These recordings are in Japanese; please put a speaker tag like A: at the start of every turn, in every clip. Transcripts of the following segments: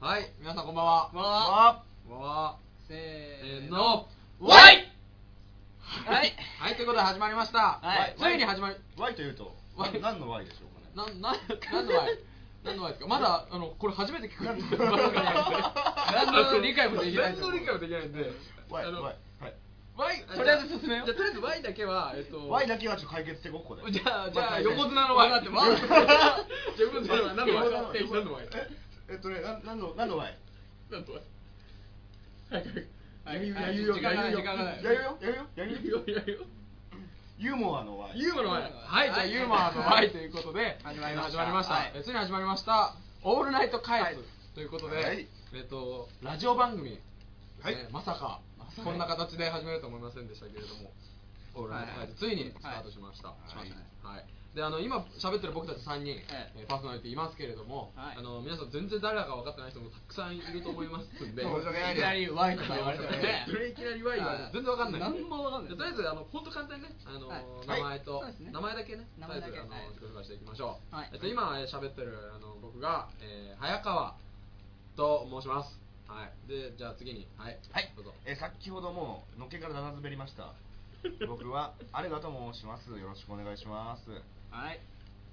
A: はい、皆さんこんばんは。
B: こんばんは
A: こんばんは。
B: せ
A: せ
B: ー
A: ー
B: の
A: の。
B: わい
A: はい、はい、ということで始まりました。
B: はい
A: ついに始まり、
C: Y というと
A: Y
C: 何の Y でしょうか
A: な
C: ね
A: ん、なん、なんのワイ、なんのワイですか。まだ、あの、これ初めて聞く。番組なんで何の理解もできない。
B: 何の理解もできないんで
C: Y
A: あの
C: Y はい
A: Y
B: とりあえず進めよう
A: じゃあとりあえず Y だけはえっと
C: Y だけはちょっと解決していこうここで
A: じゃあじゃ
C: ま
A: あ
C: 解決
A: 横綱の Y だってまあ横綱の Y 何の Y 何の Y
C: ええっとねな何の何の Y
A: なんとは。はいはいはい。
C: や
A: は
C: ゆ
A: い
C: よ
A: 時間ない時
C: やゆよ
A: 間がない。
C: やゆよやゆよやゆよ
A: ゆよやゆよ。
C: ユーモアの Y
A: ユーモアの前。はい、じゃあ
B: はい
A: ユーモアの前ということで
B: 始まりまし
A: 始
B: た
A: まりました
B: はい。
A: えついに始まりました。オールナイト
B: は
A: カイ
B: い
A: ツということで
C: はい、
A: えっとラジオ番組
C: はい
A: ねまさかこんな形で始めるとは思いませんでしたけれども。オールナイトカイツついにスタートしました。
C: はいしましたね
A: はい。であの今喋ってる僕たち3人、
B: ええ
A: えーパーソナリティいますけれども、
B: はい
A: あの皆さん全然誰だか分かってない人もたくさんいると思いますんで
C: 申し訳ない
B: きなりワイとか言われてもね
A: それいきなりワイは全然わかんない。
B: 何もわかんな
A: じゃ
B: い
A: あとりあえずあの本当簡単にね、あのー名
C: はい
A: 前と、
B: はいそうですね
A: 名前だけね、
B: 名前だ
A: と
B: け
A: りあえずあ
B: は
A: の
B: い
A: 自己紹介していきましょう。
B: はい
A: えっと今えー喋ってるあの僕が、えー早川と申します。はい。でじゃあ次にはい、
C: はい
A: どうぞ。
C: え先ほどもうのっけから七滑りました僕はあれだと申しますよろしくお願いします
B: はい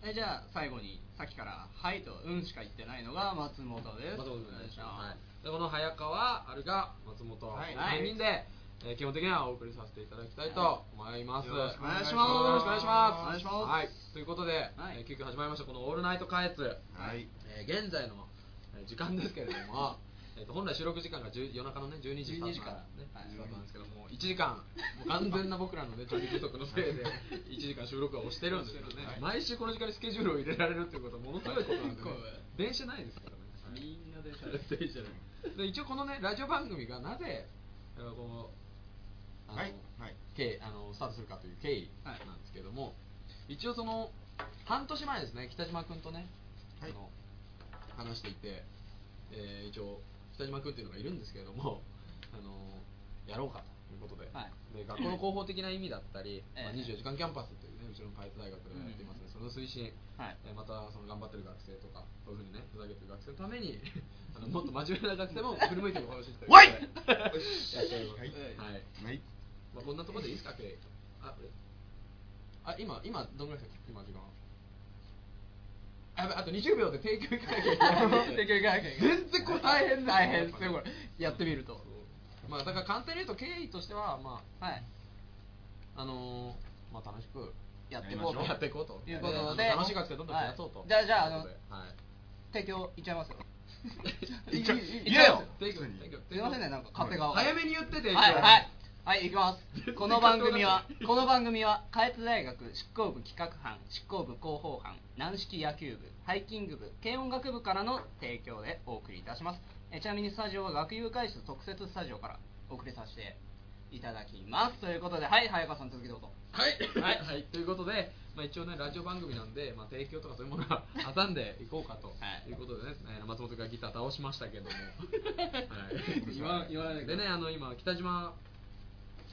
B: えじゃあ最後にさっきから「はい」と「うん」しか言ってないのが松本です
A: 松本君
B: お願いし
A: は
B: ま
A: い。でこの早川あるが松本
C: はい
A: 三人で、えー基本的にはお送りさせていただきたいと思います。
C: はいよろしくお願いします
A: よろくお願いします。
B: お願いします
A: はい。ということで、
B: はい
A: えー急遽始まりましたこのオールナイト開通。
C: はい
A: えー現在のえー時間ですけれども、 えーと本来収録時間が10夜中のね12時
B: 12時から
A: ね
B: はい
A: スタートなんですけども1時間もう完全な僕らのね調理不足のせいで1時間収録は押してるんですけどね、
C: はい
A: 毎週この時間にスケジュールを入れられるっていうことはものすごいことなんで、ね
B: はい、
A: 電車ないですからね。
B: すみんなでしゃ
A: 電車ないで一応このねラジオ番組がなぜあのこのあの、
C: はいはい
A: 経あのスタートするかという経緯
B: はい
A: なんですけれども、一応その半年前ですね北島君とね、
C: はい
A: あの話していて、えー一応北島君っていうのがいるんですけれどもあのやろうかということで,、
B: はい
A: で学校の広報的な意味だったり、
B: ええ
A: まあ、24時間キャンパスっていうねうちのパイス大学でやっていますね、その推進、
B: はい
A: えーまたその頑張ってる学生とかそういうふうにねふざけてる学生のために あのもっと真面目な学生も振り向いてもほしいということで
C: わい
A: やっております
C: はい
A: はい
C: はい
A: まあ、こんなところでいいですか、けあ、えあ、今、今、どんぐらいですか、今時間。あやばいあと20秒で提供いかなきゃいけない 提供いかなきゃいけない
B: 全然これ大変ですね
A: 大変ですよこれ
B: やってみると
A: そうまあだから簡単に言うと経緯としてはま
B: はい
A: ああのー、まあ楽しく
B: やってい
C: こうと
A: やっていこうと
B: いうこと
A: あ
B: で
A: の楽しい学生どんどん増やそうと、
B: はいじゃあじゃああの
A: ということではい
B: 提供いっちゃいますよ
C: いっちゃ
B: い
C: 言
B: い
C: えよ
A: 提供
C: 普通に
A: 提供
B: すいませんねなんか勝手が
A: 早めに言ってて
B: はい
A: 今
B: はいはい行きます
A: 然
B: この番組はこの番組は開津大学執行部企画班執行部広報班軟式野球部ハイキング部軽音楽部からの提供でお送りいたしますえちなみにスタジオは学友会室特設スタジオからお送りさせていただきますということではい早川さん続きどうぞ
A: はい、はい、ということで、まあ、一応ね、ラジオ番組なんで、まあ、提供とかそういうもの は挟んでいこうかと
B: はい
A: いうことでね、えー松本がギター倒しました けども、は
B: 言わ言わないでくだ
A: で
B: さい
A: ね、あの今、北島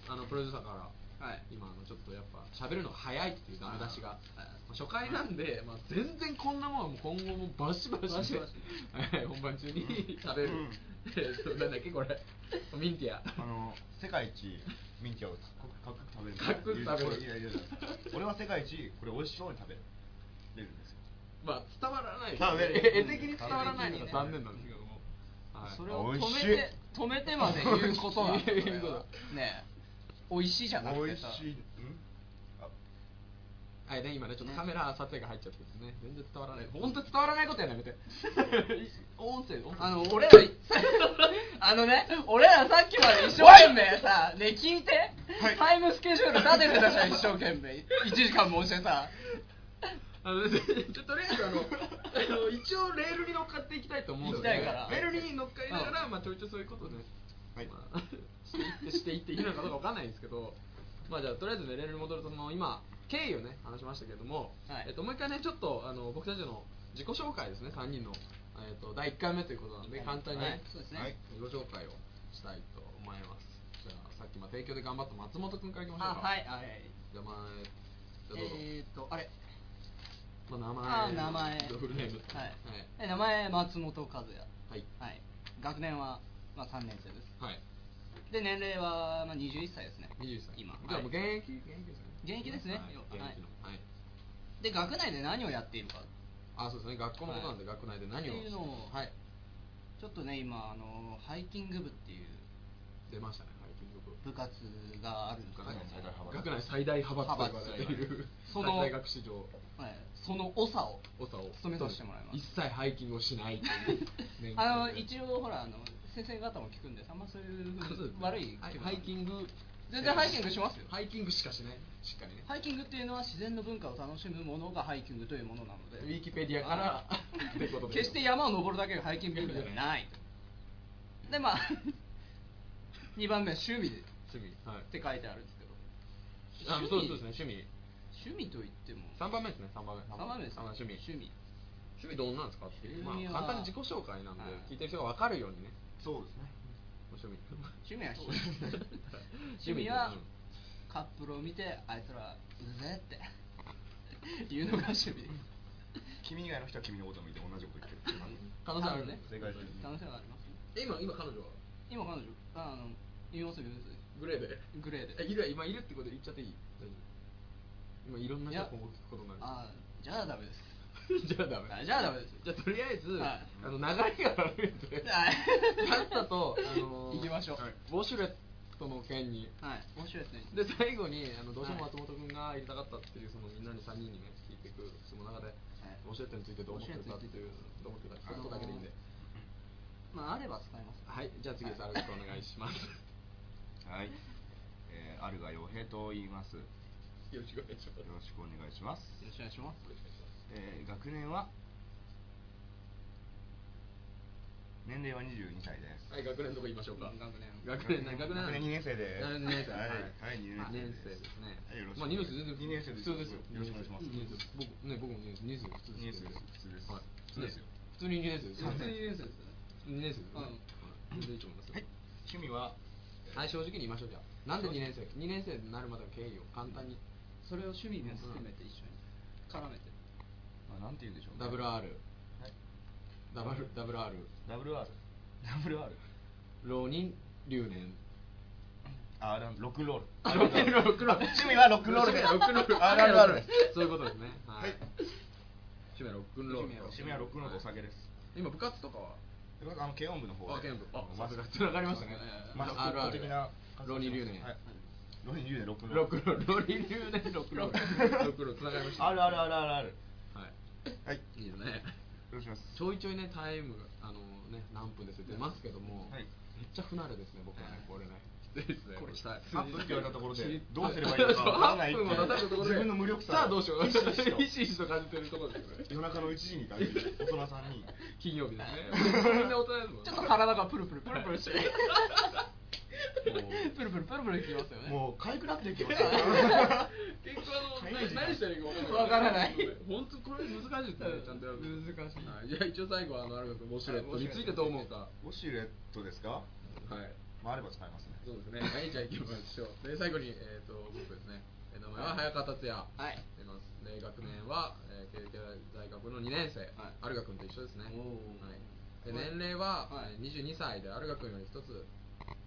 A: あのプロデューサーから、
B: はい
A: 今あの、ちょっとやっぱ、喋るのが早いっていうダメ出しが、
B: あーはい
A: まあ初回なんで、まあ、全然こんなもんはもう今後もバシバシで
B: バシバシ
A: はい、本番中に喋る、
C: うん
A: えっとなんだっけ、これ、ミンティア。
C: あの世界一ミンティアをかく食べる
A: かっこよく食べる
C: いやいやいや俺は世界一これ美味しそうに食べれるんですよ
A: まあ伝わらない
C: 伝わらない
A: 絵的に伝わらないのが残念なんですけども、はい、
B: それを
C: 美
B: 止
C: 味
B: め
C: しい
B: て止めてまで言うことなん だ
A: 言う
B: これ
A: こと
B: はねえ美味しいじゃなく
C: 美
B: て
C: 味
B: さ
C: しいんあ
A: はいね今ねちょっとカメラ撮影が入っちゃってですね全然伝わらない本当に伝わらないことやな めて音声音声
B: あの俺らい あのね俺らさっきまで一生懸命さね聞いて、
C: はい
B: タイムスケジュール立ててたじゃん一生懸命1時間も押してさ
A: あのちょとりあえずあのあの一応レールに乗っかっていきたいと思うんで
B: 行きたいから
A: レールに乗っかりながら、
B: うん
A: まあ、ちょいちょいそういうことね、
C: はい
A: まあ、 していってしていっていいのかどうかわかんないんですけどまあじゃあとりあえずねレールに戻るとその今経緯をね話しましたけども、
B: はい
A: えっと、もう一回ねちょっとあの僕たちの自己紹介ですね3人の、えっと、第1回目ということなんで簡単に、
B: はいそうですね、
C: はい
A: 自己紹介をしたいと思いますじゃあさっきまあ提供で頑張った松本君からいきましょう
B: あ
A: か
B: はいはい
A: じゃあまあじゃあどうぞ、
B: えー、っとあれ
A: まあ、名前
B: あ名前
A: フルネーム
B: はい、え名前松本和
A: はい、
B: 也
A: はい
B: はい、学年は、まあ、3年生です
A: はい
B: で年齢は、まあ、21歳ですね
A: 21歳
B: 今
A: じゃあもう現
B: はい
A: 役現役ですね
B: 現役ですね
A: はい
B: よ
A: 現役のはい
B: で学内で何をやっているか
A: あそうですね学校のことなんで
B: はい
A: 学内で何を
B: っていうのを
A: はい
B: ちょっとね今あのハイキング部っていう
A: 出ましたねはい金属
B: 部活があるんですけど
C: 学内最大派
A: 学内最大派閥
C: 閥
A: と言われてい る
B: 派閥その
A: 大学史上
B: はい、その長 を
A: 長を
B: 務めさせてもらいます
A: 一切ハイキングをしないと いう年
B: あの
A: 齢で
B: 一応ほらあの先生方も聞くんであんまそういう
A: あそうですね
B: 悪い
A: は
B: 気
A: い
B: 分
A: ハイキング
B: 全然ハイキングしますよ
A: ハイキングしかしないしっかりね
B: ハイキングっていうのは自然の文化を楽しむものがハイキングというものなので
A: ウィキペディアからってことで
B: 決して山を登るだけがハイキングではないでまあ 2番目は趣味でっ
A: 趣味はい
B: て書いてあるんですけど
A: あそうそうですね
B: 趣
A: 趣味
B: 趣味といっても
A: 三番目ですね三番目
B: 3番目ですね
A: 三番目趣味
B: 趣味
A: 趣味どんなんですかっていう、ま
B: 趣味
A: あ、
B: は
A: 簡単に自己紹介なんで
B: はい
A: 聞いてる人が分かるようにね
C: そうですね
A: 趣味
B: 趣味は人
A: 趣
B: 趣
A: 味
B: 味
A: は
B: はカップルを見てあいつらうぜ っていうのが趣味です
C: 君以外の人は君のことを見て同じこと言ってる
A: 可能性ある
B: ね
A: ね
C: 正解です
B: 可能性はありますね
A: え今今彼女は
B: 今彼女ああの言いますよ言いますよ
A: グレーで
B: グレーで
A: えいる今いるってこと言っちゃっていい大丈夫今いろんな人
B: い
A: が
B: や
A: 今後聞くことになる
B: あーじゃあダメです
A: じゃあダメ
B: あじゃあダメです
A: じゃあとりあえず、
B: はい
A: あの流れが悪いので
B: はい
A: さっさと、あのー
B: 行きましょう
A: はいウォシュレットの件に
B: はい面白いですね
A: で最後にあのどうしても
B: はい
A: 松本君が入れたかったっていうそのみんなに3人にね聞いていくその中で、
B: い
A: ウォシュレットについてどう思ってるかっていうどう思ってたかってことだけでいいんで
B: まああれば使います
A: はいじゃあ次です、ありがとうお願いします
C: はい、えー、アルガ洋平と言いますよ
A: よろしくお願いしま
C: ろしくお願いします、
B: よろしくお願いします
C: えー、学年は年齢は22歳です
A: はい学年のとこ言いましょうか
B: うん学年
A: 学年ね学年
C: 学年二年生です
A: 学年二年生
C: はいはい
A: 二
C: 二
A: 年
C: 年
A: 生で
C: 生ですす
A: ね
C: はいよろしく
A: まあ二年生全然
C: 二年生で
A: 普
C: す
A: 通ですよ
C: よろしくお願いします
A: 二年生僕ね僕も二年生二年生が普通ですよ
C: 二年生普通です
A: はい
C: 普通ですよ
A: ね普通に二年生ですよ
B: 普通に二年生ですね
A: 二年生ですね
B: うん
A: はい全然いいと思いますよ
C: はい趣味は
A: はい正直に言いましょうじゃあなんで二年生二年生になるまでの経緯を簡単に
B: それを趣味も含めて一緒に絡めて
C: まあなんて言うんでしょう、
A: ダブル R
C: はい
A: ダブルダブル R
C: ダブル R ダブル R
A: 浪人留年
C: あーロックンロール
A: あロックンロールロックンロール
C: 趣味はロックンロール
A: 趣味はロックンロール
C: あるあるある
A: そういうことですねはい趣味はロックンロール
C: 趣味はロックンロールとお酒です
A: 今部活とかは
C: で僕あの軽音部の方で
A: あ軽音部あ
C: の
A: さすがつながりましたね
C: マスコ
A: あるあ
C: ッ
A: る
C: ト的な
A: ロニー留年
C: はいロニー留年ロックン
A: ロックンロールロリ流年ロックンロールロックンロールつながりましたね
C: あるあるあるあるある
A: はい
C: はい
A: いいですね
C: どうします
A: ちょいちょいねタイムがあのね何分ですって出ますけども
C: はい
A: めっちゃ不慣れですね僕はねこれね失礼ですね
B: これ
A: はい
C: アップって言われたところでどうすればいい
A: そう
C: のかわからない
A: 8分も経たところで
C: 自分の無力さ
A: さあどうしよう
C: ひしひしと
A: ひしひしと感じてるところですよね
C: 夜中の1時に大事大人さんに
A: 金曜日ですねみんな大人ですもんね
B: ちょっと体がプルプルプルプルして
C: もう
B: プルプルプルプルいきますよ ね
C: もうかゆくなって きました
A: 結構あの
C: 早
A: 何
C: い時間
A: 何したらいいか
B: わ
A: 分か
B: か
A: らら
B: な
A: ないい本当これ難しいですねちゃんとやる難しいじゃあ一応最後はあのアルバムウォシュレットについてどう思うか
C: ウォシュレットですか
A: はい
C: まああれば使いますね
A: そうですねはいじゃあ行きましょうで最後にえっと僕ですねえ名前は早川達也
B: はい
A: 出ますで学年はえー慶應大学の2年生
B: はい
A: アルガ君と一緒ですね
B: おー
A: はいで年齢は
B: はい
A: えー22歳でアルガ君より一つ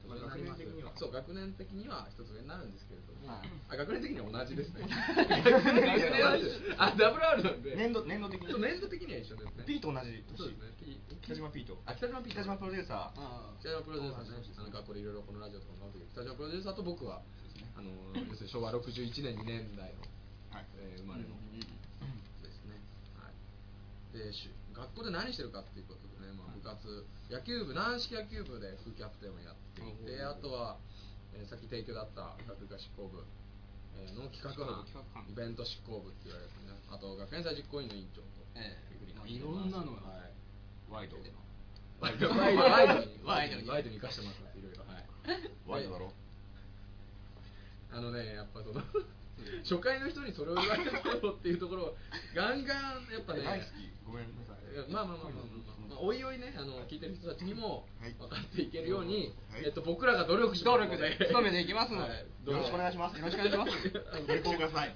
C: まあ
A: 年上になります
C: 学年的には
A: そう学年的には一つ上になるんですけれども
B: はい
A: あ学年的には同じ ですね学年は同じあダブル R なんで
C: 年度年度的に
A: そう年度的には一緒ですね
C: P と同じ
A: そうですね P
C: 北島 P と
A: あ北島 P
C: 北島プロデューサー
B: あ
A: 北島プロデューサーねあの学校でいろいろこのラジオとかも時北島プロデューサーと僕は
C: そうですね
A: あの要するに昭和61年2年代の、
C: はい
A: えー生まれの
B: うん
A: ですね、はい、でし学校で何してるかっていうことでね、まあ、部活野球部軟式野球部で副キャプテンをやっていて
B: おー
A: あとは、えーさっき提供だった学科執行部えーの企画班
B: 企画班
A: イベント執行部って言われてねあと学園祭実行委員の委員長と
B: ええ
A: いうふうに
B: まあいろんなのが
A: はい
C: ワイド
A: ワイドワイドワイドに
B: ワイドに
A: ワイドに生かしてますいろいろはい
C: ワイドだろ
A: あのねやっぱその初回の人にそれを言われてもっていうところをガンガンやっぱね
C: 大好きごめんなさい
A: まあまあまあまあまあ、まあ、おいおいねあの聞いてる人たちにも
C: はい
A: 分かっていけるように、
C: はい
A: えっと、僕らが努力して
B: 努力で努めていきますので
C: よろしくお願いします
B: よろしくお願いします
C: ご理解ください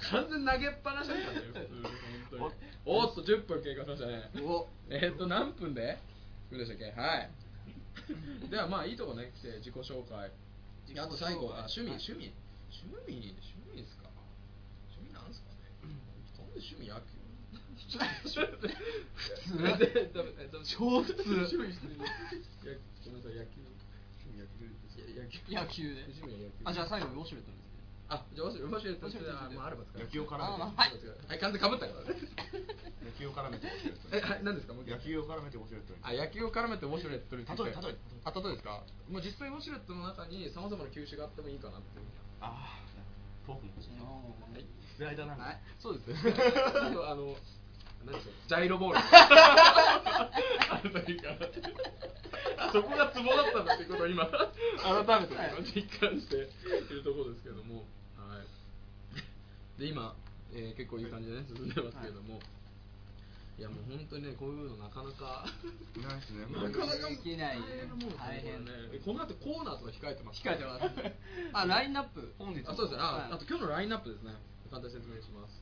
A: す 完全に投げっぱなしだったんだよ普通に本当におっと10分経過しましたね
B: お
A: えっと何分でそうでしたっけはいではまあいいとこね来て自己紹介
B: 自己紹介
A: あと最後あ趣味、
B: はい
A: 趣味趣味趣味ですか趣味なんですかねなんで趣味野球え
B: 普通
A: ダメえダメ
B: 超普通
A: 趣味してるやごめんなさい野球趣味野球いや野球
B: 野
A: 趣
B: 球で
A: 味は野球
B: あじゃあ最後にウォシュレットですね
A: あじゃあ忘れ忘れ
B: 忘れてる
A: あまああれば使う
C: 野球を絡めて
B: あまあはい
A: はい完全かぶったからね
C: 野球を絡めて教え
A: え
C: て
A: はい何ですかもう一回
C: 野球を絡めて教えて
A: あ野球を絡めてウォシュレットについて
C: 例え例え
A: あ例えですかもう実際ウォシュレットの中にさまざまな球種があってもいいかなっていうふうに
C: あートークも欲しいな
B: はい
C: スライダーなん
A: はい
C: だ
A: そうですねあとあの何でしょうジャイロボールあればいいかなそこがツボだったんだってことを今改めてね実感しているところですけどもはいで今、えー結構いい感じでね進んでますけれども、い、やもう本当にねこういうのなかなか
C: ないですね
A: なかなか
B: できないね
A: 大変なもんですよね。この後コーナーとか控えてます。
B: 控えてますあラインナップ
C: 本日
A: あそうですね。あ、
B: はい
A: あと今日のラインナップですね。簡単に説明します。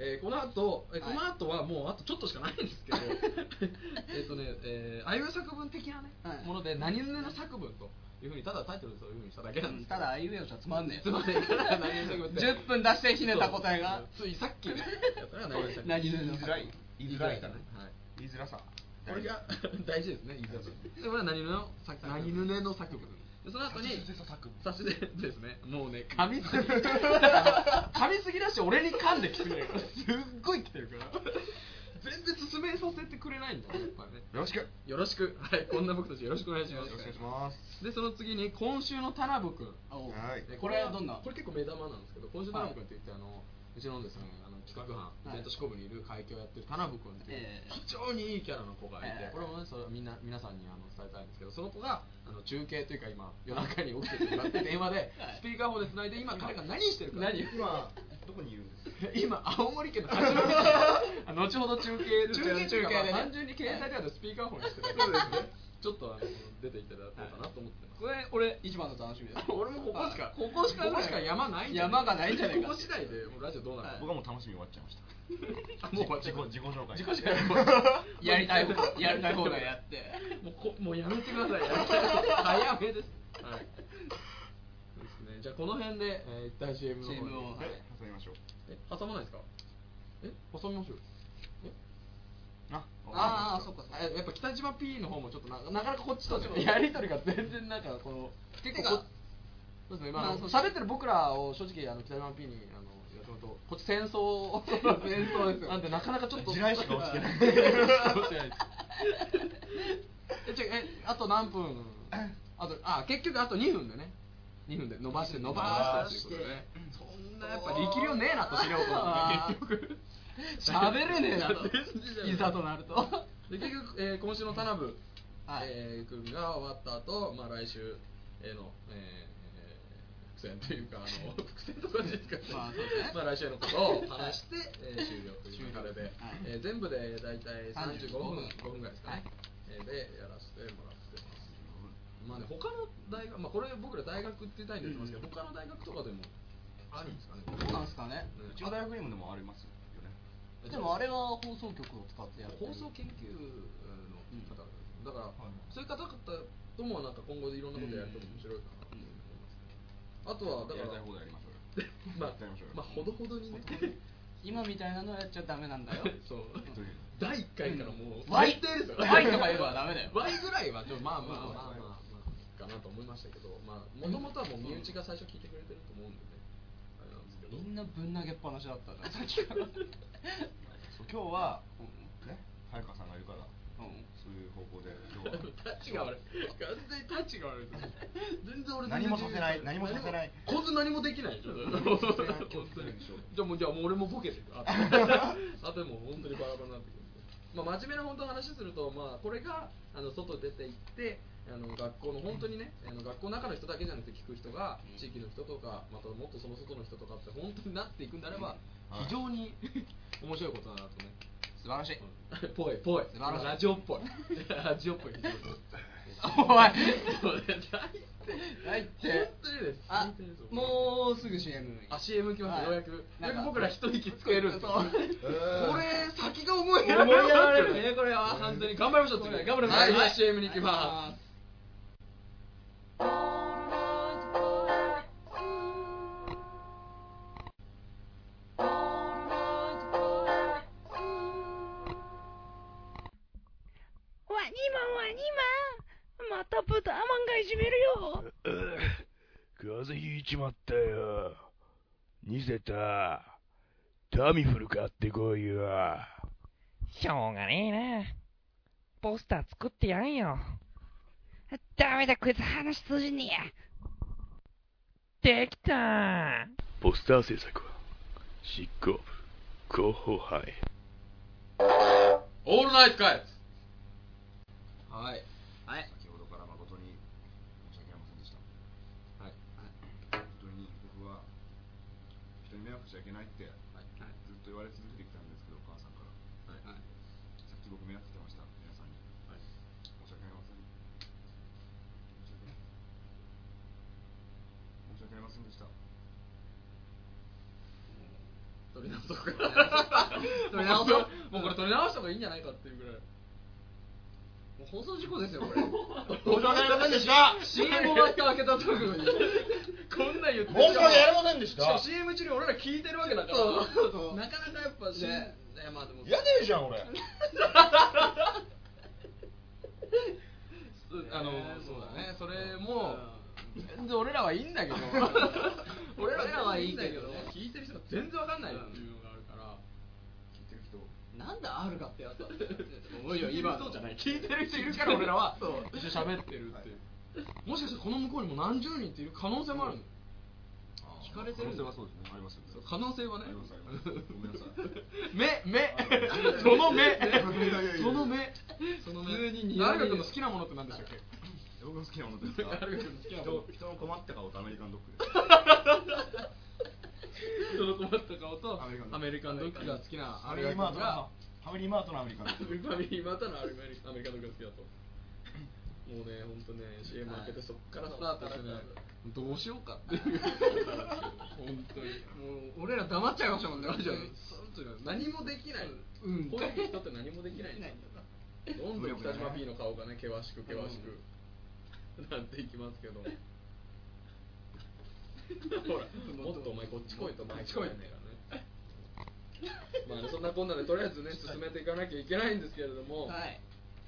A: えーこの後、えーこ
B: はい
A: の後はもうあとちょっとしかないんですけ ど、えっとね、えーあいうえお作文的なね、
B: はい
A: もので何々の作文というふうにただタイトルでそういうふうにしただけなんですけど。
B: ただあいうえおじゃつまんねえ
A: すいま せん。何々作文って
B: 10分出してひねった答えが
A: そうついさっき ね。やったら何々作文
B: 何々
C: 言
B: の
C: いづらい
A: 言
C: 言
A: い
C: い
A: づ
C: づ
A: ら
C: ら
A: い
C: い
A: か
C: か
A: ね
C: ね。
A: はい
C: 言いづらさ
A: これが 大事ですね、言いづらさで、これは何ぬねの作文。何ぬねの作文。で、その後に、
C: 差し出さ作文
A: 差し出ですね。もうね、噛みすぎ。噛みすぎだし、俺に噛んできてるから。すっごい来てるから。全然進めさせてくれないんだよ、やっぱりね。
C: よろしくよ
A: よろしく。はい、こんな僕たちよろしくお願いしま
C: ろ
A: す。
C: しくお願いします
A: で、その次に、今週の田辺君。
B: おう
C: はい
A: で
B: これはどんな
A: これ結構目玉なんですけど今週田辺君って言って、あのうちのですねあの企画班
B: は
A: イベ
B: い
A: ント支部にいる会計をやってる田辺君っていう
B: ええ
A: 非常にいいキャラの子がいて、
B: ええ
A: これもねそれみんな皆さんにあの伝えたいんですけどその子があの中継というか今夜中に起きててもらって電話 で
B: は
A: ス
B: い
A: ピーカーフォンでつないで今彼が何してるか
B: 何
C: 今どこにいるんですか
A: 今青森県の八戸市あ 後ほど中継で
B: 中継中継でね
A: まあ単純に携帯ではスピーカーフォンにしてたのでちょっとあの出ていただこうかなと思ってます
B: これ俺一番の楽しみです
A: 俺もここしか、
B: はいここしかない
A: ここしか山ないんじゃ
B: 山がないんじゃないか
A: ここ次第でもうラジオどうなる
B: はい
A: の、
C: 僕はもう楽しみ終わっちゃいました
A: あもう終わっちゃ
C: 自
A: う
C: 己自己紹介
A: 自己紹介
B: やりたい放題やりたい放題やって
A: もうこもうやめてください早めですはいそうですねじゃあこの辺で、えー、一旦 CM の方に
B: CM をはい
C: で挟みましょう
A: え挟まないですかえ挟みましょうえ
C: あ
B: あーあーそっかそっか
A: あやっぱ北島 P の方もちょっとななかなかこっちとちょっと
B: そう
A: やり取りが全然なんかこの
B: て
A: 結構
B: か
A: こそうですね、まあ、あ
B: ま
A: の
B: あそう
A: 喋ってる僕らを正直あの北島 P にあのやってもらうとこっち戦争を戦
B: 争ですよ
A: なんでなかなかちょっと
C: 地雷しか落ちてない
A: 地雷しか落ちてないですえちょえあと何分あとあ結局あと2分でね2分で伸ばして伸ばしてっていうことでねそんなやっぱ力量ねえなと知り合うことが結 局
B: 喋れねえな といざとなると
A: で結局、えー今週の田辺、
B: はい
A: えー君が終わった後、まあ来週への、えー伏線というかあ の伏線とかですかね
B: まあそうですね
A: まあ来週のことを話して、えー終了という流れで、
B: はい
A: えー全部で大体35
B: 35
A: 分
B: 分
A: 5分ぐらいですかね、
B: はい
A: えーでやらせてもらってますまあね他の大学まあこれ僕ら大学って単位で言ってますけど、
B: うん
A: 他の大学とかでもあるんですかね
B: どうなんですかね
C: うちの大学にもでもありますよね
B: でもあれは放送局を使ってやって
A: 放
B: る
A: 送研究の方々だから、
C: い
A: そういう方々ともなんか今後いろんなことやると面白いかなっていうふうに思いますね、あとはだ
C: やり
A: か
C: たい
A: ら
C: 放題やりましょうよ
A: ま
C: やりましょうよ
A: あ、まあ、ほどほど にね
B: 今みたいなのはやっちゃダメなんだよ
A: そう
C: という
A: 第1回からもう
B: うん
A: 最低ですよ
B: Y とか言えばダメだよ
A: Y ぐらいはちょまあまあまあまあ
C: Y
A: まあかなと思いましたけどまあもともとはもう身内が最初聞いてくれてると思うんでねあれなんですけど
B: みんなぶん投げっぱなしだったじゃんさっき から
C: そう今日はね早川さんがいるから
B: うん
C: そういう方向で
A: タ
C: 今日は
A: ッチが悪い完全にタッチが悪いですね全然俺
C: 何もさせない何もさせない
A: こんな何もできないでしょ
C: もさせない
A: 本当にじゃあもうじゃあもう俺もボケてる あとあともう本当にバラバラになってくるまあ、真面目な本当の話すると、まあ、これがあの外出て行ってあの学校の本当にねあの学校の中の人だけじゃなくて聞く人が
B: うん
A: 地域の人とかまたもっとその外の人とかって本当になっていくんであれば
C: うんはい
A: 非常に面白いことだなとね
B: 素晴らしい
A: ぽいぽい
B: 素晴らしい
A: ラジオっぽいラジオっぽい非常に
B: おい
A: そうだよ
B: ないっ
A: 本
B: て
A: 当にね
B: あ
A: 最低ですよ
B: もうすぐ CM
A: あ CM 来ました、
B: はい
A: ようやくよう
B: なん
A: や
B: か
A: く僕ら一息つけるんですよ
B: そう
A: これ先が思え
B: 思いやられるね
A: これは本当に頑張りましょう次頑張りましょう、
B: はい
A: はい、CM に行きます
D: わにまんわにまんまたブターマンがいじめるよ
E: 風邪ひいちまったよ。ニセタ、タミフル買ってこいよ。
F: しょうがねえな。ポスター作ってやんよ。ダメだ、こいつ話通じねえ。できた
E: ポスター制作は、執行部、広報班へ。
A: オールナイトカイツ
B: はいはい
C: 先ほどから誠に申し訳ありませんでした
A: はい
C: 本当に僕は人に迷惑しちゃいけないって
A: はい
C: ずっと言われ続けてきたんですけどお母さんから
A: はいはい
C: さっき僕迷惑してました皆さんに申し訳ありません申し訳ない申し訳ありませんでした
A: 取り直そう か
B: 取り直そう
A: もうこれ取り直した方がいいんじゃないかっていうぐらい
B: もう放送事故ですよ これ
C: 申し訳ありませんでした
B: CM 終わった開けた直後に
A: こんなん言って
C: 申し訳ありませんでした
A: しかも CM 中に俺ら聞いてるわけだから
B: そうそうそう
A: なかなかやっぱし
B: ね
A: ねまあでも
C: 嫌ねえじゃん俺
A: あのそうだねそれも
B: 全然俺らはいいんだけど
A: 俺
B: 俺
A: ら
B: ら
A: は
B: はいい
A: い
B: い
A: け
B: け
A: ど
B: どね
A: 聞いてる人が全然わかんないっていうのがあるから
C: 聞いてる人
B: なんで R がってやつだって思うよ
A: 聞いてる
B: 今
A: 人
B: の
A: じゃない聞いてる人いるから俺ら は
B: そう
A: 一緒に喋ってるっていうもしかしたらこの向こうにも何十人っている可能性もあるの聞かれてる
C: 可能性はそうですねありますよね
A: 可能性はね
C: ありますありますごめんなさい
A: 目目 その目
C: 目
A: その目その目
B: 普通に睨み
A: 大学の好きなものって何で したっけ
C: 僕の好きなものですか
A: 誰が好きなもの
C: 人人の困った顔とアメリカンドッグです
A: 人の困った顔と
C: アメリカンドッグ
A: アメリカンドッグが好きな
C: ファ
A: ア
C: ミ
A: メ
C: リ
A: リカ
C: ーマ
A: ン
C: ー
A: ドッ
C: ト
A: グが
C: のファミリーマートのアメリカンド
A: フ
C: ッグ
A: ァミリーマートのアメリカアメリカンドッグが好きだともうね本当ね CM
B: はい
A: 開けてそっからスタートしてねどうしようかっていう本当に
B: もう俺ら黙っちゃいましたもんねマジで
A: 本当に何もできない
B: うん
A: こういう人って何もできないんだどんどん北島
C: 無力だね
A: P の顔がね険しく険しくなっていきますけどほらもっとお前こっち来いと
B: こっち
A: 来
B: 来
A: い
B: い
A: ねまあねそんなこんなでとりあえずね進めていかなきゃいけないんですけれども、
B: はい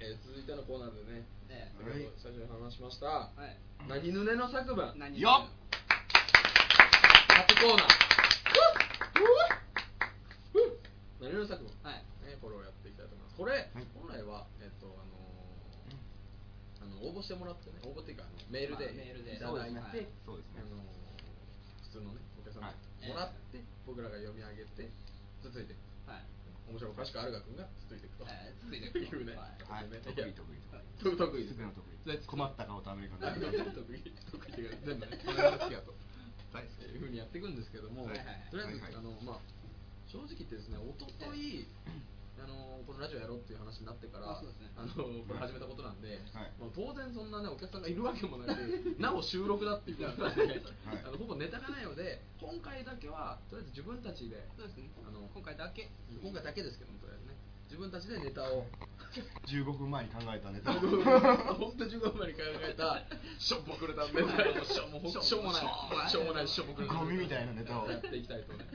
A: えー続いてのコーナーでね
B: ね
A: 先ほど最初に話しました
B: えは
A: 「何
B: い
A: ぬねの作文」
B: 何
C: よっ
A: 初コーナー「ふっ何ぬねの作文」
B: はい
A: ね、これをやっていきたいと思います。これ、本来は、えっと、あのーあの応募してもらってね、応募っていうか、あのメールで、
B: まあメールで
A: いただいて、
B: そうですねはい
C: そうです
A: あの
C: ね
A: ー普通のね、お客様
C: はい
A: にもらって、僕らが読み上げて、つついて、
B: はい
A: 面白おかしくあるが君がつついていくと。
B: はいつついていく
A: いうね。
B: はい
C: はい
A: ね
C: 得意
A: や
C: 得意
A: 得意。得意です
C: すぐの得
A: 大
C: 意
A: 好き
C: 困った顔とアメリカンド
A: あ
C: ッ
A: の
C: グ
A: 全部 得意、得意っていうか、全部ね、俺が好きだと。
C: 大好
A: っていうふうにやっていくんですけども、
B: はいはいはい
A: とりあえず、
C: はいはい
A: あのまあ、正直言ってですね、おととい、あのこのラジオやろうっていう話になってから、
B: あそうですね
A: あのこれ始めたことなんで、
C: はい
A: まあ、当然そんな、ね、お客さんがいるわけもなく、なお収録だっていうことなんで、あのほぼネタがないので、今回だけは、とりあえず自分たちで、
B: そうですね
A: あの
B: 今回だけ
A: 今回だけですけども、とりあえずね、自分たちでネタを。
C: き15分前に考えたネ タ
A: 本当15分前に考えたしょっぽくれたメタルのしょうもしょうもないしょうもないしょっぽくれ
C: ゴミみたいなネタを
A: やっていきたいと思いま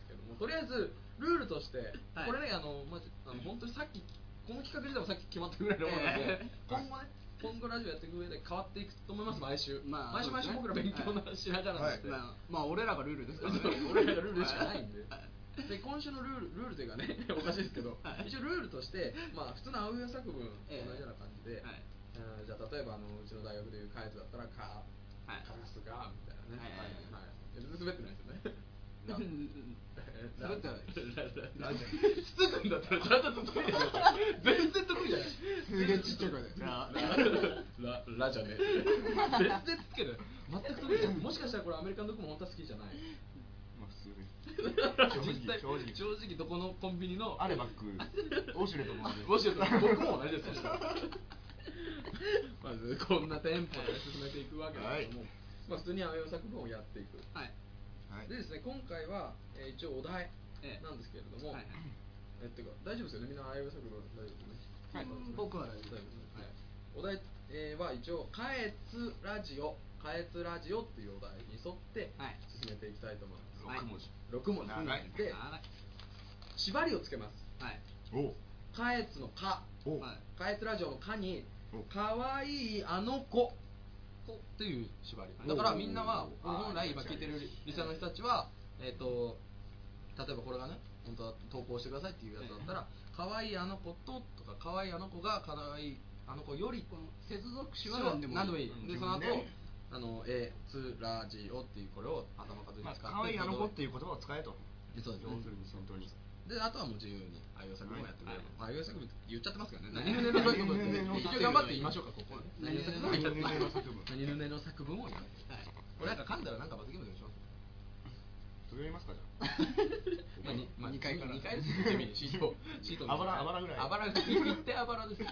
A: すけどもとりあえずルールとして
B: はい
A: これねあのまじあの本当にさっきこの企画自体もさっき決まったぐらいのものなんで
B: え
A: 今後ね今後ラジオやっていく上で変わっていくと思います毎週
B: まあ
A: 毎週毎週僕ら勉強なしながらなんで
B: まあまあ 俺らがルールですからね
A: そう俺らがルールしかないんで。で今週のルールルールというか ねおかしいですけど、
B: はい
A: 一応ルールとして、まあ、普通のあうえお作文と同じ
B: ええ
A: ような感じで、
B: はい
A: あーじゃあ例えばあのうちの大学でいうカエツだったら「か」
B: はい
A: カラスが」みたいなね、
B: はい
A: はいはい全然滑ってないですよね
B: うんうんうん滑 ってない
A: ラ ジオつつくんだったらちゃんと得意です よ全然得意じゃない
B: すげえちっちゃい声で
A: ララじゃねえ全然つけない全く得意じゃないもしかしたらこれアメリカンドッグも本当は好きじゃない
C: まあ普通
A: 実際
C: 正直
A: 正直どこのコンビニの
C: アレバックウォシュレットも
A: もしよかったら僕も同じですよ。まあ全ずこんなテンポで進めていくわけですけども、
C: はい
A: まあ、普通にあわよ作文をやっていく
B: はい
C: はい
A: でですね今回は、えー一応お題
B: ええ
A: なんですけれども、
B: はいはい
A: えっていうか大丈夫ですよねみんなあわよ作文大丈夫ですね、
B: はいうん僕は大丈夫です
A: はい、お題、えーは一応「かえつラジオ」「かえつラジオ」っていうお題に沿って
B: はい
A: 進めていきたいと思います、
B: はい
C: 六文字
A: 6文字
C: 長い
A: で
B: はい
A: 縛りをつけます
B: はい
C: お
A: 「かえつ」の「か」
C: お
B: は
A: 「
B: い
A: かえつラジオ」の「か」に
C: お
A: 「かわいいあの子」っていう縛りだからみんなは
C: おー
A: 本来今聞いてるリスナーの人たちはえっ、と例えばこれがね本当は投稿してくださいっていうやつだったら「かわいいあの子と」とか「かわいいあの子がかわいいあの子より」
B: この接続詞は
A: 何
B: 何
A: で
B: で
A: も
B: も
A: いい
B: いい
C: うん
A: で
C: 自
A: その
C: 分
A: 後
C: で
A: あの「えつラジオ」っていうこれを頭数に
C: ま
A: 使
C: あ
A: って
C: 可愛いあの子っていう言葉を使えと
A: そうですね
C: 要するに本当に
A: であとはもう自由にあいうえお作文をやってくれれば、
C: は
A: あいうえお作文って言っちゃってますからね
B: はい
A: 何ぬねの作文って
C: 何々の
A: ね
C: 作文
A: 一応頑張って言いましょうかここはね
B: 何々の
A: 何々の
C: 作
A: 作文
C: 文
A: 何ぬねの作文を言います
B: はい
A: これなんか噛んだらなんか罰ゲームでもします
C: それやりますかじゃあ
A: まあにまあ
B: 二回から
A: 二回ですよ地味にシートシートの
C: あばらあばらぐらい
A: あばらぐらい言ってあばらですよ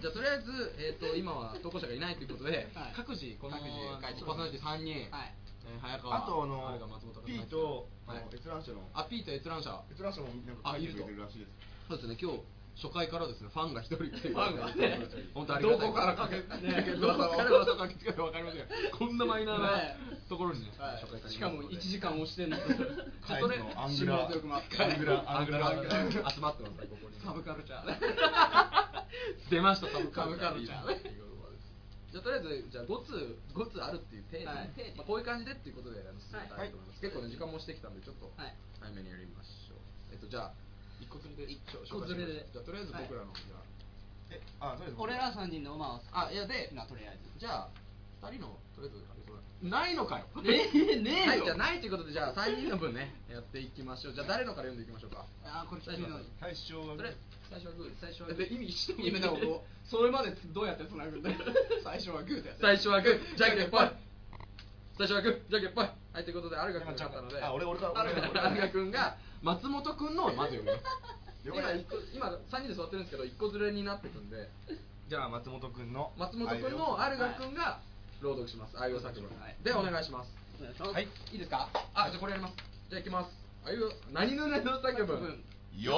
A: じゃあとりあえずえっと今は投稿者がいないということで
B: はい
A: 各自この
B: 各自
A: パーソナリティ三人
B: はい
A: えー早
C: あ
A: 川
C: とあ
A: はるか松本
C: の
A: か
C: P と
A: はい
C: あの閲覧者の
A: あ P と閲覧者
C: 閲覧者もなんか書いてくれてるらしいです
A: そうですね、今日初回からですね、ファンが一人来て
B: ファンがね
A: 本当ありがたい。
B: どこからかけね
A: どこから噂かけつけたかわかりませんがこんなマイナーな
B: ね
A: ところにね、初回
B: は
A: ら
B: い、しかも1時間押してんの
A: ちょっとね
C: カイトのアングラ
B: シンボル力もあって
C: アング ラ
A: アングラ
C: アングラ
A: 集まってますね、ここに。
B: サブカルチャー
A: 出ました、サブカル
B: サブカルチャーね
A: じゃあとりあえずじゃあ5通5通あるっていう手に、
B: はい
A: まあ、こういう感じでっていうことであの進めたいと思います、結
B: はい
A: 構ね時間もしてきたんでちょっと
B: はい
A: 早めにやりましょう、えっとじゃあ一個ずれで
B: 一
A: 紹
B: 個
A: 紹介して
B: ずれで
A: みましょうじゃあとりあえず僕らの、じゃあ
C: えあそうです
B: 俺ら3人のま
A: あいやで
B: なとりあえず
A: じゃあ2人のとりあえずないのかよ
B: えねえ
A: はい
B: よ
A: じゃあないということでじゃあ3人の分ねやっていきましょうじゃあ誰のから読んでいきましょうか
B: あーこれ聞くの
C: 最初は
A: それ最初はグー
B: 最初は
A: えで意味してもいい
B: 意味だこうそれまでどうやってつなぐんだよ最初はグーでやって
A: 最初はグーじゃんけんぽい最初はグーじゃんけんぽいはいということでアルガ君が勝ったので
C: あ俺俺から
A: アルガ
C: 俺から
A: アルガ君が松本君のをまず読みます
C: 了
A: 今
C: 解
A: 一個今3人で座ってるんですけど1個ずれになってくんで
C: じゃあ松本君の
A: 松本君のアルガ君が朗読します、あいうえお作文、
B: はい
A: でお願いします
B: はいいいですか
A: あ、じゃあこれやります。じゃあ行きます。あいう、何ぬねの作文。
C: よ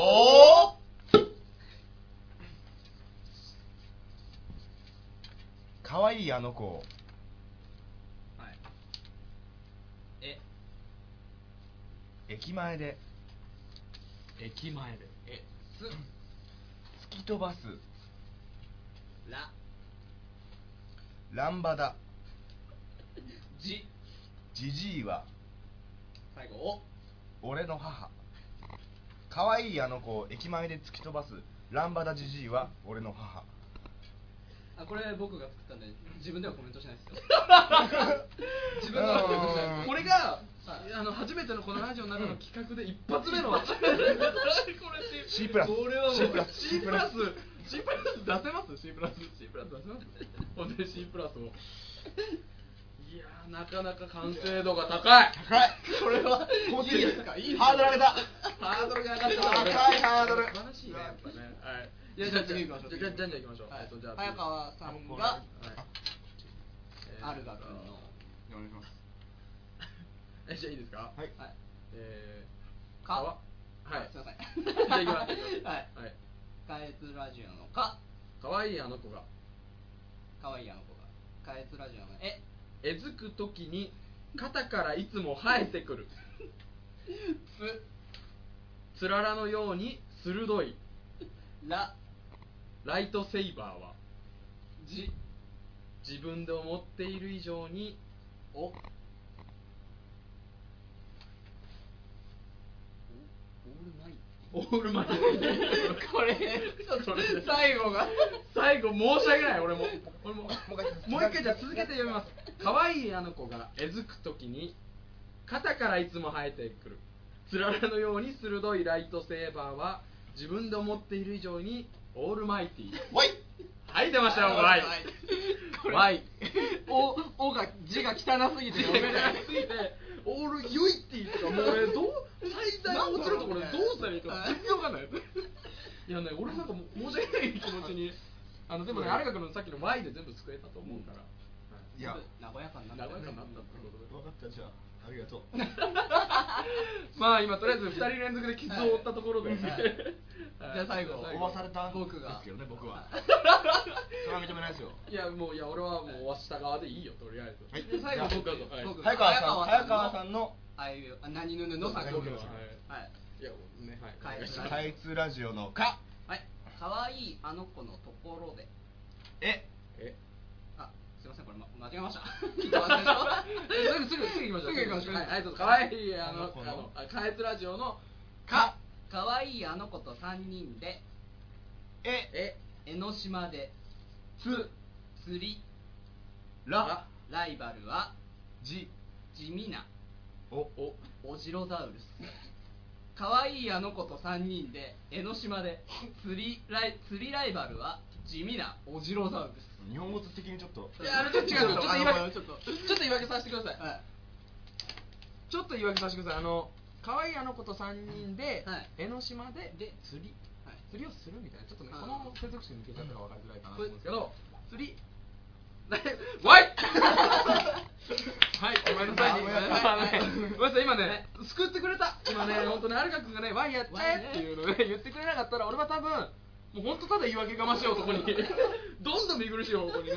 C: ーかわいいあの子を
B: はいえ
C: 駅前で
A: 駅前で。え、す、
C: 突き飛ばす
B: ら
C: ランバダ
B: じ
C: ジジイは
B: 最後お
C: 俺の母かわいいあの子を駅前で突き飛ばすランバダジジイは俺の母
B: あこれ僕が作ったんで自分ではコメント しないですよ
A: 自分の話をしてない
C: うん
A: これが、あの初めてのこのラジオの中の企画で一発目の。 これ
C: C プラス
A: これはもう
C: C プラス
A: C プラス。C プラス出せます ?C プラス。C プラス出せますほんで C プラスを。いやーなかなか完成度が高い
C: 高い
A: これは
C: こっち
A: いいですかいいですか
C: ハードル上げた
A: ハードルが上がってた
C: 高いハードル
A: 素晴らしいねやっぱねはいいやじゃあ次行きましょうじゃあじゃあじゃあ行きましょう
B: はい
A: えっとじゃあ
B: 早川さん
C: あ
B: が
A: はい
B: アルガ君の
C: お願いします
A: えじゃあいいですか
C: はい
B: はい
A: えー
B: か
A: わはい
B: すいません
A: じゃあ行きます
B: はい
A: はい
B: かえつラジオのか
A: かわいいあの子が
B: かわいいあの子がかえつラジオのえ
A: えずくときに肩からいつも生えてくるつつららのように鋭い
B: ら
A: ライトセイバーは
B: じ
A: 自分で思っている以上に
B: お
A: オールマイティー
B: これちょっと最後が
A: 最後申し訳ない俺も俺ももう一回じゃあ続けて読みます可愛いあの子がえずくときに肩からいつも生えてくるつららのように鋭いライトセーバーは自分で思っている以上にオールマイティー
C: わい
A: はい出ましたよワイワイ
B: お おが字が汚すぎて読めない
A: ついてオールユイティーとかもう俺どう最大の落ちるところでどうしたらいいか全然わかんないいやね俺なんかもう申し訳ない気持ちにあのでもね、あれがこのさっきの Y で全部救えたと思うから、
G: いや
B: 和やかにな
A: 名
B: っ
A: 古屋
B: たよね
A: かになったってことで、
G: 分かったじゃあありがとう
A: まあ今、とりあえず2人連続で傷を負ったところで、
G: じゃあ最後
A: はい
G: 追わされた
B: 僕が
G: ですけどね僕はそれは認めないですよ
A: いや、もう、いや、俺はもう、わした側でいいよ、とりあえず。
G: はい
A: で最後、僕は、はい、
B: 僕が
C: 早川さん早川さんの
B: あいうあ何ぬぬの作業
A: 僕
B: は
A: は、はい。いや、ね、はい。
B: はい
A: はい
B: はい
C: 開通ラジオの「か
B: はい可愛いあの子のところで」
C: え
A: え
B: あすいませんこれ、ま、間違えました聞いてませんでしょ
A: すぐ、すぐ行きましょう。
B: すぐ行きましょう
A: はい、はい、どうぞ、かわいい、あ
C: あ
A: の
C: の、子
A: あ
C: の
A: の、あかえつラジオの、
B: か可愛いあの子と三人で
C: え
A: え、
B: 江ノ島で
A: つ、
B: 釣り
C: ら
B: ライバルは
C: じ
B: 地味な
A: お、お、
B: オジロザウルス可愛いあの子と3人で江ノ島で釣りライ釣りライバルは地味なオジロザウルス
C: 日本語的にちょっと
A: いや、あれ、ちょっと違う、ちょっと言い訳、ちょっと、ちょっと言い訳させてください。
B: はい
A: ちょっと言い訳させてください。あの、可愛いあの子と三人で、
B: はい
A: 江ノ島で、
B: で
A: 釣り、
B: はい
A: 釣りをするみたいな、ちょっとね、
B: あー
A: この接続詞抜けちゃったから分かりづらいかなと思
B: これ
A: うんですけど、釣 り、わい はい、ごめんなさい、
B: ごめん
A: ね、
B: なさいはい
A: ごめんなさい、今ね、救ってくれた、今ね、本当ね、アルカ君がね、わいやっちゃえっていうのをね、言ってくれなかったら、俺は多分、もう本当ただ言い訳がましい 男に、どんどん見苦しい方向にね、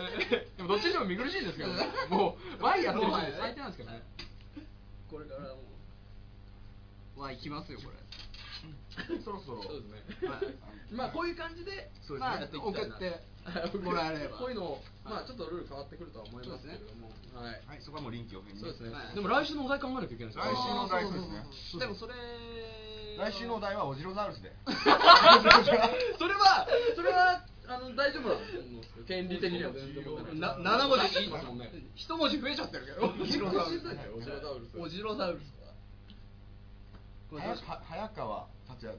A: でもどっちにしても見苦しいんですけどね、もう、わいやってる時点で最低なんですけどね。
B: これからもうわ行きますよこれ
G: そろそろ
A: そうですね。まあこういう感じで、
G: そうですね
A: まあ
G: やってい
A: 送
G: きたい
A: って もらえれば、こういうのをまあちょっとルール変わってくるとは思いますけれども、はい。
G: はいそこはもう臨機応変に
A: そうですね
B: は。い
A: でも来週のお題考えなきゃいけないんですよ。
G: 来週のお題そうですね
A: でもそれ
C: 来週のお題はオジロザウルスで
A: それはそれはあの大丈夫だと思うんですけど権利的には全然問題ない。
B: 7文字
A: いますもんね。
B: 一文字増えちゃってるけど
A: オジロザウルスオジロザウルス
B: オジロザウル スは
C: 早か早川達也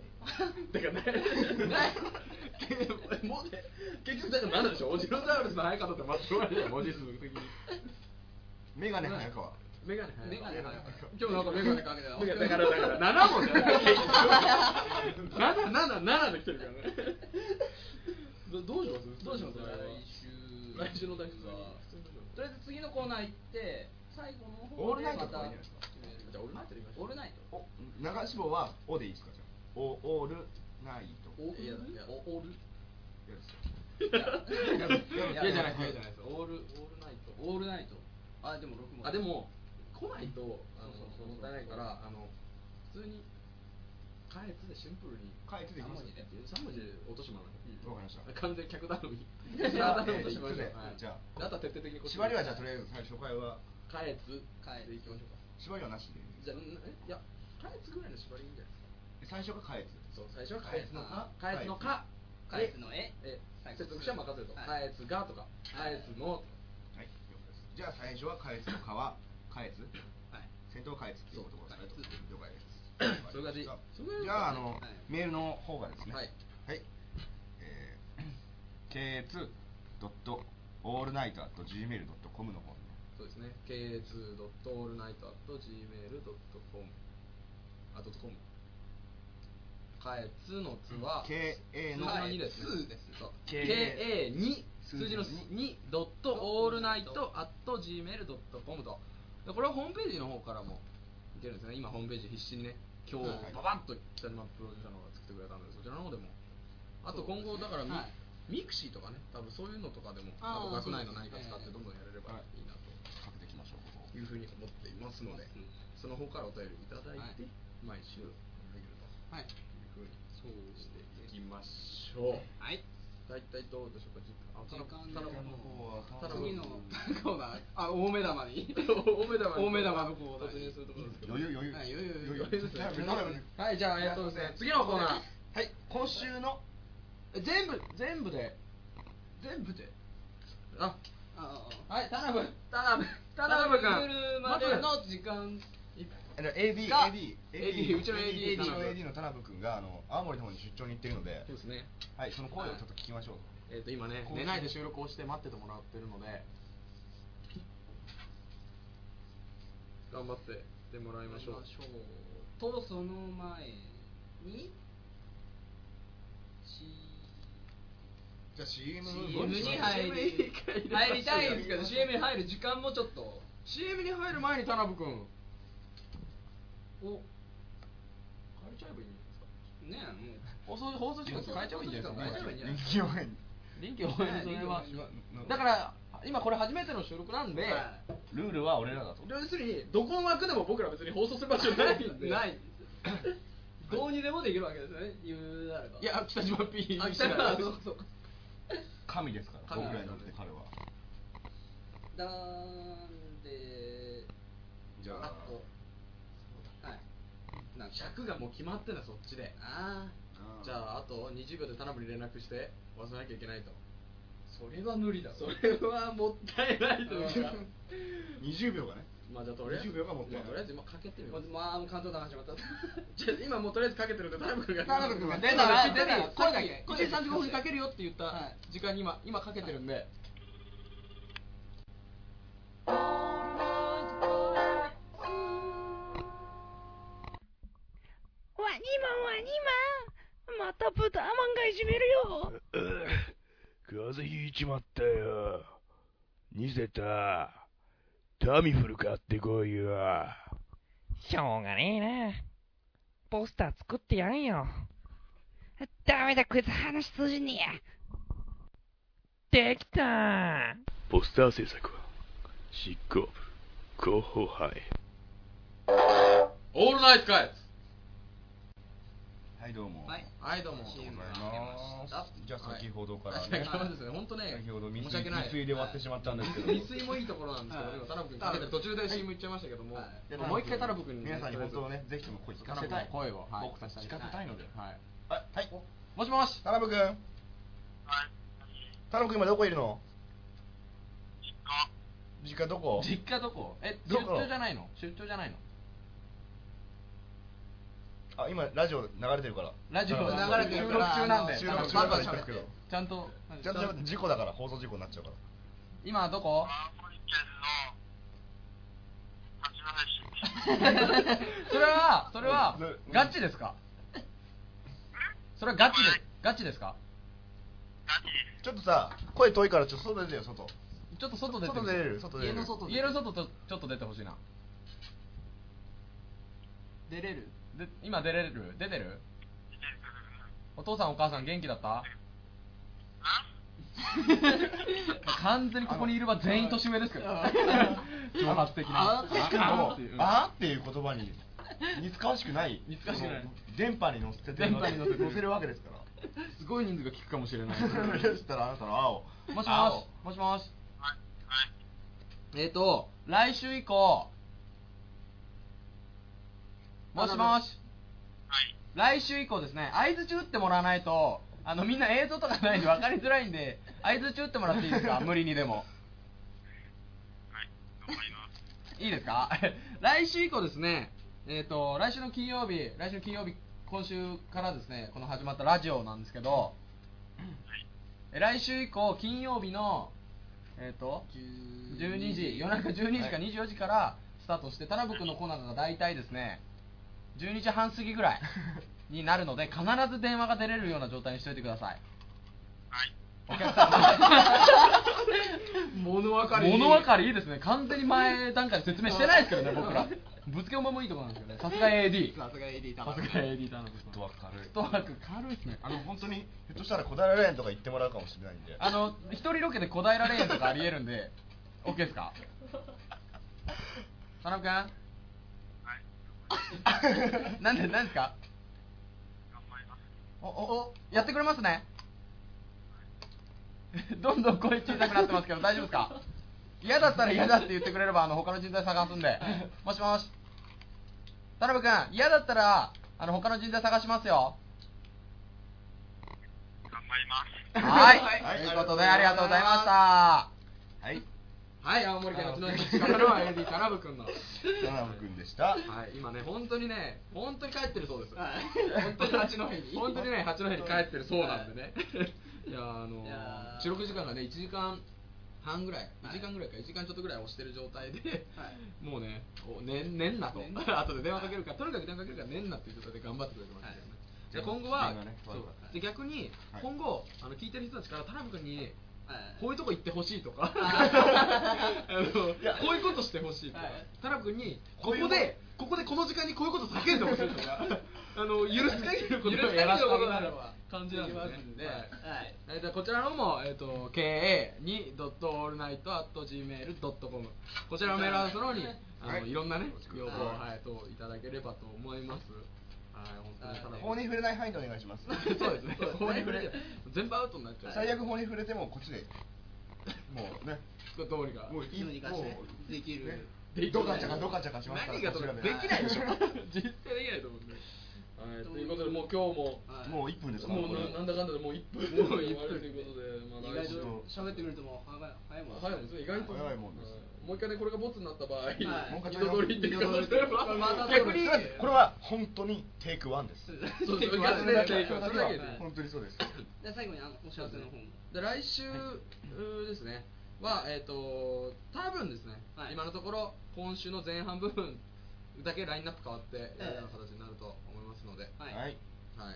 C: で
A: だからね、 もうね結局だから何なんでしょう、オジロザウルスの生え方ってまとまり文字数的に。
C: メガネ早川
A: メガネ
B: メガネか
A: 今日なんかメガネかけて
B: たよ
A: だからだから7もじゃない777で来てるからねどどうします
B: どうします
A: 来週来週の大学は
B: とりあえず次のコーナー行って最後の
C: オ
B: 方
C: ール
B: で
C: ナイ
B: ま
C: トとかいいんじゃないですか
B: た
A: じゃあ俺のやつでいきましょう
B: オールナイ
C: お
B: ト
C: 長志望は「お」でいいですかじゃあおオールナイト
B: オー
A: いやだいや
B: ルオオール
C: やるっすよ
A: いやいやじゃないですいやじゃないです
B: オールオールナイトオールナイトあでも六文字
A: あでも来ないとあの
B: そうそうそう
A: もったいないからあの普通に開発でシンプルに
C: かえつでいきます
B: 三文字で
A: 3文字で落としまう
C: わかりました
A: 完全に客頼み
C: じゃあ
A: 客頼みとしましょう
C: えー
A: はい
C: じゃ
A: あとは徹底的にこっち
C: 縛りはじゃあとりあえず最初回は
A: かえつ
B: かえ
A: で
B: つ
A: いきましょうか
C: 縛りはなしで
A: じゃあんえいやかえつぐらいの縛りいいんじゃないですか
C: 最初がかえつ
A: そう最初は
C: か
A: か
C: え
A: えつ
C: つの
A: の
C: か
A: かかえつのか
B: かえつのえ
A: え
B: は
A: 接
B: い
A: 続詞は任せると
B: はい
A: かえつがとかかえつの
C: はい了解ですじゃあ最初はかえつの皮かえつ
B: はい
C: 先頭かえつっていうことですね
B: そうか
C: 了解
B: え
C: です
A: それがでいい
C: わか
A: そ
C: り
A: れがいい
C: ましたじゃああの
B: はい
C: メールの方がですね
A: はい
C: はいえーけえつドットオールナイト at gmail.com の方に
A: そうですね k 2 a l l n i g h t g m a i l c o m あ .com かえつのつは
C: KA の
A: 数字の2ですね
B: 数です
A: そう
C: KA
A: KA2
C: 数
A: 数
C: 字
A: 字
C: の
A: の
C: 2
A: 2ドットオールナイトアット gmail.com とでこれはホームページの方からもいけるんですね今ホームページ必死にね今日
C: はい
A: ババッと北島プロデューサーの方が作ってくれたのでそちらの方でもあと今後だからミ,、
B: はい
A: ミクシーとかね多分そういうのとかでも
B: あー
A: 多分学内の何か使
B: そう
A: っ
B: です
A: てど
B: ね
A: んどんやれればいいなと
C: かけていきましょうここ
A: いうふうに思っていますので、
B: うん
A: その方からお便りいただいて、
B: はい
A: 毎週できると
B: は
A: い
B: い
A: うふうにしていきましょう
B: はい
A: 大体どうでしょうか時間あ
B: 時間
A: 田中
B: の
A: 田中
B: 次のコーナーあ大目玉に
A: 大目玉
B: 大目玉のコーナー
A: 突入するところですけど
C: 余裕余裕
B: はい余裕余裕
A: 余裕ですね
C: 余裕
A: はいじゃあえっとですね次のコーナー
C: はい今週の
A: え全部全部で全部であ
B: あ
A: はい田辺田辺田辺君
B: 来るまでの時間
C: あの AB
B: が
C: AB
A: AD うちの AD
C: うちの
A: 田
C: AD の田辺君があの青森の方に出張に行ってるので
A: そうですね
C: はいその声をちょっと聞きましょう
A: えっと今ね寝ないで収録をして待っててもらってるので頑張ってってもらいましょう
B: とその前にち
G: じゃあ CM の
B: CM に入り入りたいんですけど CM に入る時間もちょっと
A: CM に入る前に田辺君お変えちゃえばいいんじ
B: ねえ
A: ゃないですか放送放送時間変えちゃえばいいんじゃないですか
B: 変えちゃえばいいんじゃない
G: 人気応援
A: 臨機応変にそれはだから今これ初めての収録なんで、
B: はい
C: ルールは俺らだと
A: 要するにどこの枠でも僕ら別に放送する場所ないん
B: もう
A: で
B: ないどうにでもできるわけですよね言うなれば
A: いや北島 P
B: あ北島そうそう
C: 神ですから
A: 神
C: 僕
A: で
C: ら
A: す
C: に
A: から
C: とって彼は
B: だんで
G: じゃあ
B: あとはいなんか尺がもう決まってんだそっちであ
G: うん
A: じゃああと20秒で田辺に連絡して忘れなきゃいけないと
B: それは無理だろ
A: それはもったいないというか
G: 20秒がね
A: まあじゃあとりあえず
G: 20秒がもったいない
A: まあとりあえず今かけてみよ
B: ま
A: う
B: まあもう簡単な話また
A: じゃあ今もうとりあえずかけてるんで田辺君が
G: 田辺君が
A: 出たら
B: 出たら
A: 声だ
B: さっ
A: け
B: き
A: 1時35分にかけるよって言っ
B: は
A: た
B: い
A: 時間に今今かけてるんで
D: わにまわにままた豚アマンがいじめるよ
E: うう風邪ひいちまったよ。ニセタ、タミフル買ってこいよ。
F: しょうがねえな。ポスター作ってやんよ。ダメだ、こいつ話通じねえ。できた
E: ポスター制作は、執行部、広報班へ。
A: オールナイトかい
C: はいどうも
B: はい
A: はいどうも
B: CM
C: ご
B: が
C: ざい
B: 明けました
C: ますじゃあ先ほどから
A: 先
C: ね
A: ほどですね本当ね
C: 先ほど未
A: 申し
C: 遂
A: 訳ない
C: 未遂で終わってしまったん ですけど
A: 未遂もいいところなんですけど
B: はい
A: 今田辺君かけてる途中で CM 行っちゃいましたけども
B: はい
A: でももう一回田辺君に
C: 皆さんに本当はねぜひとも声聞かせたい
A: 声をはい
C: 僕たち聞かせたいので
A: はい
C: はいはい
A: もしもし
C: 田辺君はい田辺君今どこいるの実家実家どこ
A: 実家どこえ出
C: どこ
A: 張じゃないの出 張じゃないの
C: あ今ラジオ流れてるから
A: ラジオ流れてるから
B: 収録中なんで
A: あの
C: 収録中
A: バ
C: だ
A: ンバ
C: か
A: ン
C: ら
A: 喋っ
C: 言っとく
A: て
C: けど
A: ちゃんと
C: ちゃんと喋って事故だから放送事故になっちゃうから
A: 今ど こそれはそれは
C: うん
A: ガチですかそれはガチですガチですか
C: ちょっとさ声遠いからちょっと外出てよ外
A: ちょっと外出てみて
C: 外出れる外出れる家の外
A: 家の外とちょっと出てほしいな
B: 出れる
A: で今出れる出てるお父さんお母さん元気だった完全にここにいるは全員年上ですけど挑発的な
B: あ
C: しかも「あ」っていう言葉に似つかわしくない
A: 似つかわしくない
C: その電波に乗せて電波に乗せるわけですから
A: すごい人数が聞くかもしれない
C: そしたらあなたの青
A: もしも
C: 青
A: し、もしもし。えっ、と、来週以降。もしもし。来週以降ですね、相づち打ってもらわないと、あのみんな映像とかないんで分かりづらいんで、相づち打ってもらっていいです か、無理にでも。いいですか来週以降ですね、えっ、と、来週の金曜日、来週の金曜日、今週からですね、この始まったラジオなんですけど、え来週以降、金曜日の、えっ、と、12時、夜中12時か24時からスタートして、田辺君のコーナーが大体ですね、12時半過ぎぐら いになるので、必ず電話が出れるような状態にしておいてください。はい。お客さん、 物分かり。物分かりいいですね。完全に前段階で説明してないですけどね、僕ら。ぶつけ馬もいいところなんですけどね。さすが AD。
B: さすが AD
A: さ
B: だ
A: すが AD だな。
C: フットワーク軽い
A: フットワーク軽いですね。
C: あの本当にひょっとしたら小平レーンとか行ってもらうかもしれないんで
A: あの、一人ロケで小平レーンとかありえるん で、OK ですか田辺君はい。なんで、なんですかお、お、お、やってくれますねどんどん声小さくなってますけど、大丈夫ですか嫌だったら嫌だって言ってくれれば、あの、他の人材探すんで。もしもし。田辺君、嫌だったら、あの、他の人材探しますよ。頑張ります。は。
C: はいい
A: ということで、ありがとうございました。
C: はい
A: はい、青森県八戸市からの AD 田辺君の。は
C: 田辺君でした
A: い、今ね、本当にね、本当に帰ってるそうです。
B: はい本当に 八戸に
A: 本当にね、八戸に帰ってるそうなんでね。いやー、あの
B: いや
A: ー、
B: ー
A: 収録時間がね、1時間半ぐらい、1
B: はい
A: 時間ぐらいか、1時間ちょっとぐらい押してる状態で、
B: はい
A: もうね、おねんねんなと、
B: ね ん
A: 後で電話かけるから、とにかく電話かけるから、ねんなっていう状態で頑張ってくれてましたけどね。じゃあ今後は、
G: 自分がね
A: そう
G: そうだね
A: で逆に、
G: はい
A: 今後あの聞いてる人たちから田辺君に
B: はい
A: こういうとこ行ってほしいとか あのこういうことしてほしいとか、
B: はい
A: 田辺君にここでここでこの時間にこういうこと叫んでほしいと かあの許す限りのことを
B: 許す限りの
A: やらせても
B: ことな
A: ら
B: ら
A: う
B: ば
A: 感じなんですね
B: できますんで
A: は
B: はい
A: いえーとこちらの方も、えー、と ka2.allnight.gmail.com こちらのメールアドレスの方にあの、い、ろんなね要望を、
B: はい
A: はい、といただければと思いますはい本当に
C: 法に触れない範囲でお願いします
A: ただ そうですね法に触れて全部アウトになっちゃう
C: 最悪法に触れてもこっちでもうね
A: どうにか
G: もう
B: いいのに関して
G: もう
B: できる
G: ね
C: ドカチャカドカチャカしますから
A: 何がどうか
C: こ
A: で
C: ちら
A: きないでしょ実際できないと思うんで、はい、ということでもう今日も
B: はい
C: もう1分ですか
A: もう
C: これ
A: ななんだかんだでもう1分
B: もう
A: 終
B: 一
A: わる
B: 分
A: ということで、まあ、
B: 意外
A: 来週
B: と喋ってくるともう早い早いもん
A: 早いもんですね意外と
C: 早いもんです
A: はいもう一回ねこれがボツになった場合、
B: い
A: もう一回二度取りっていう可能性は
B: また
A: 逆に
B: また
C: これは本当にテイクワンです
A: そうそう
B: また
A: 逆にねテイクワン
C: そ
A: そ
C: れ
A: れだけ
C: だけで
A: で
C: 本当にそうです
B: で最後にあのお知らせの方も
A: で来週、うーですねはえっ、と多分ですね、
B: はい
A: 今のところ今週の前半部分だけラインナップ変わってやるよ
B: え
A: うな形になると思いますので、
B: はい
C: はい
A: は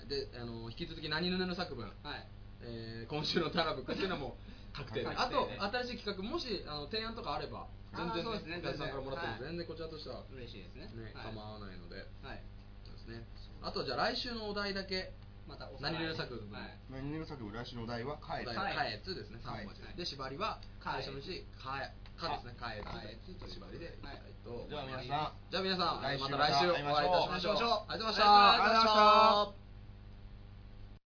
A: い、であの引き続き何ぬねの作文、
B: はい
A: えー今週のタラブ君っていうのも確定で、
B: 確定
A: あと
B: ね
A: 新しい企画もしあの提案とかあれば
B: あ
A: 全
B: ー
A: 然
B: そうですね
A: ガズさんからもらっても
B: 全
A: 全然こちらとしては、ね
B: 嬉しいですねはい
A: 構わないので
B: はい
A: そうですねあとじゃあ来週のお題だけ
B: またおさらい
A: 何ぬねの作文、
B: はい
C: 何年の作文来週のお題は
A: か
C: 帰
A: え
C: る
B: は
A: かえつですね、
C: かえ
A: 三文字
B: はい
A: で、縛りは、
B: か
A: 最
B: え
A: 初のうち、かえ、かですね、かえつと縛りでいきたいと思います。
C: では皆さん
A: じゃあ皆さん、
C: 来週
A: また来週お
C: 会いま
A: 会
C: しょう
A: いいたしましょう。ありがとうございました。
C: ありがとうございました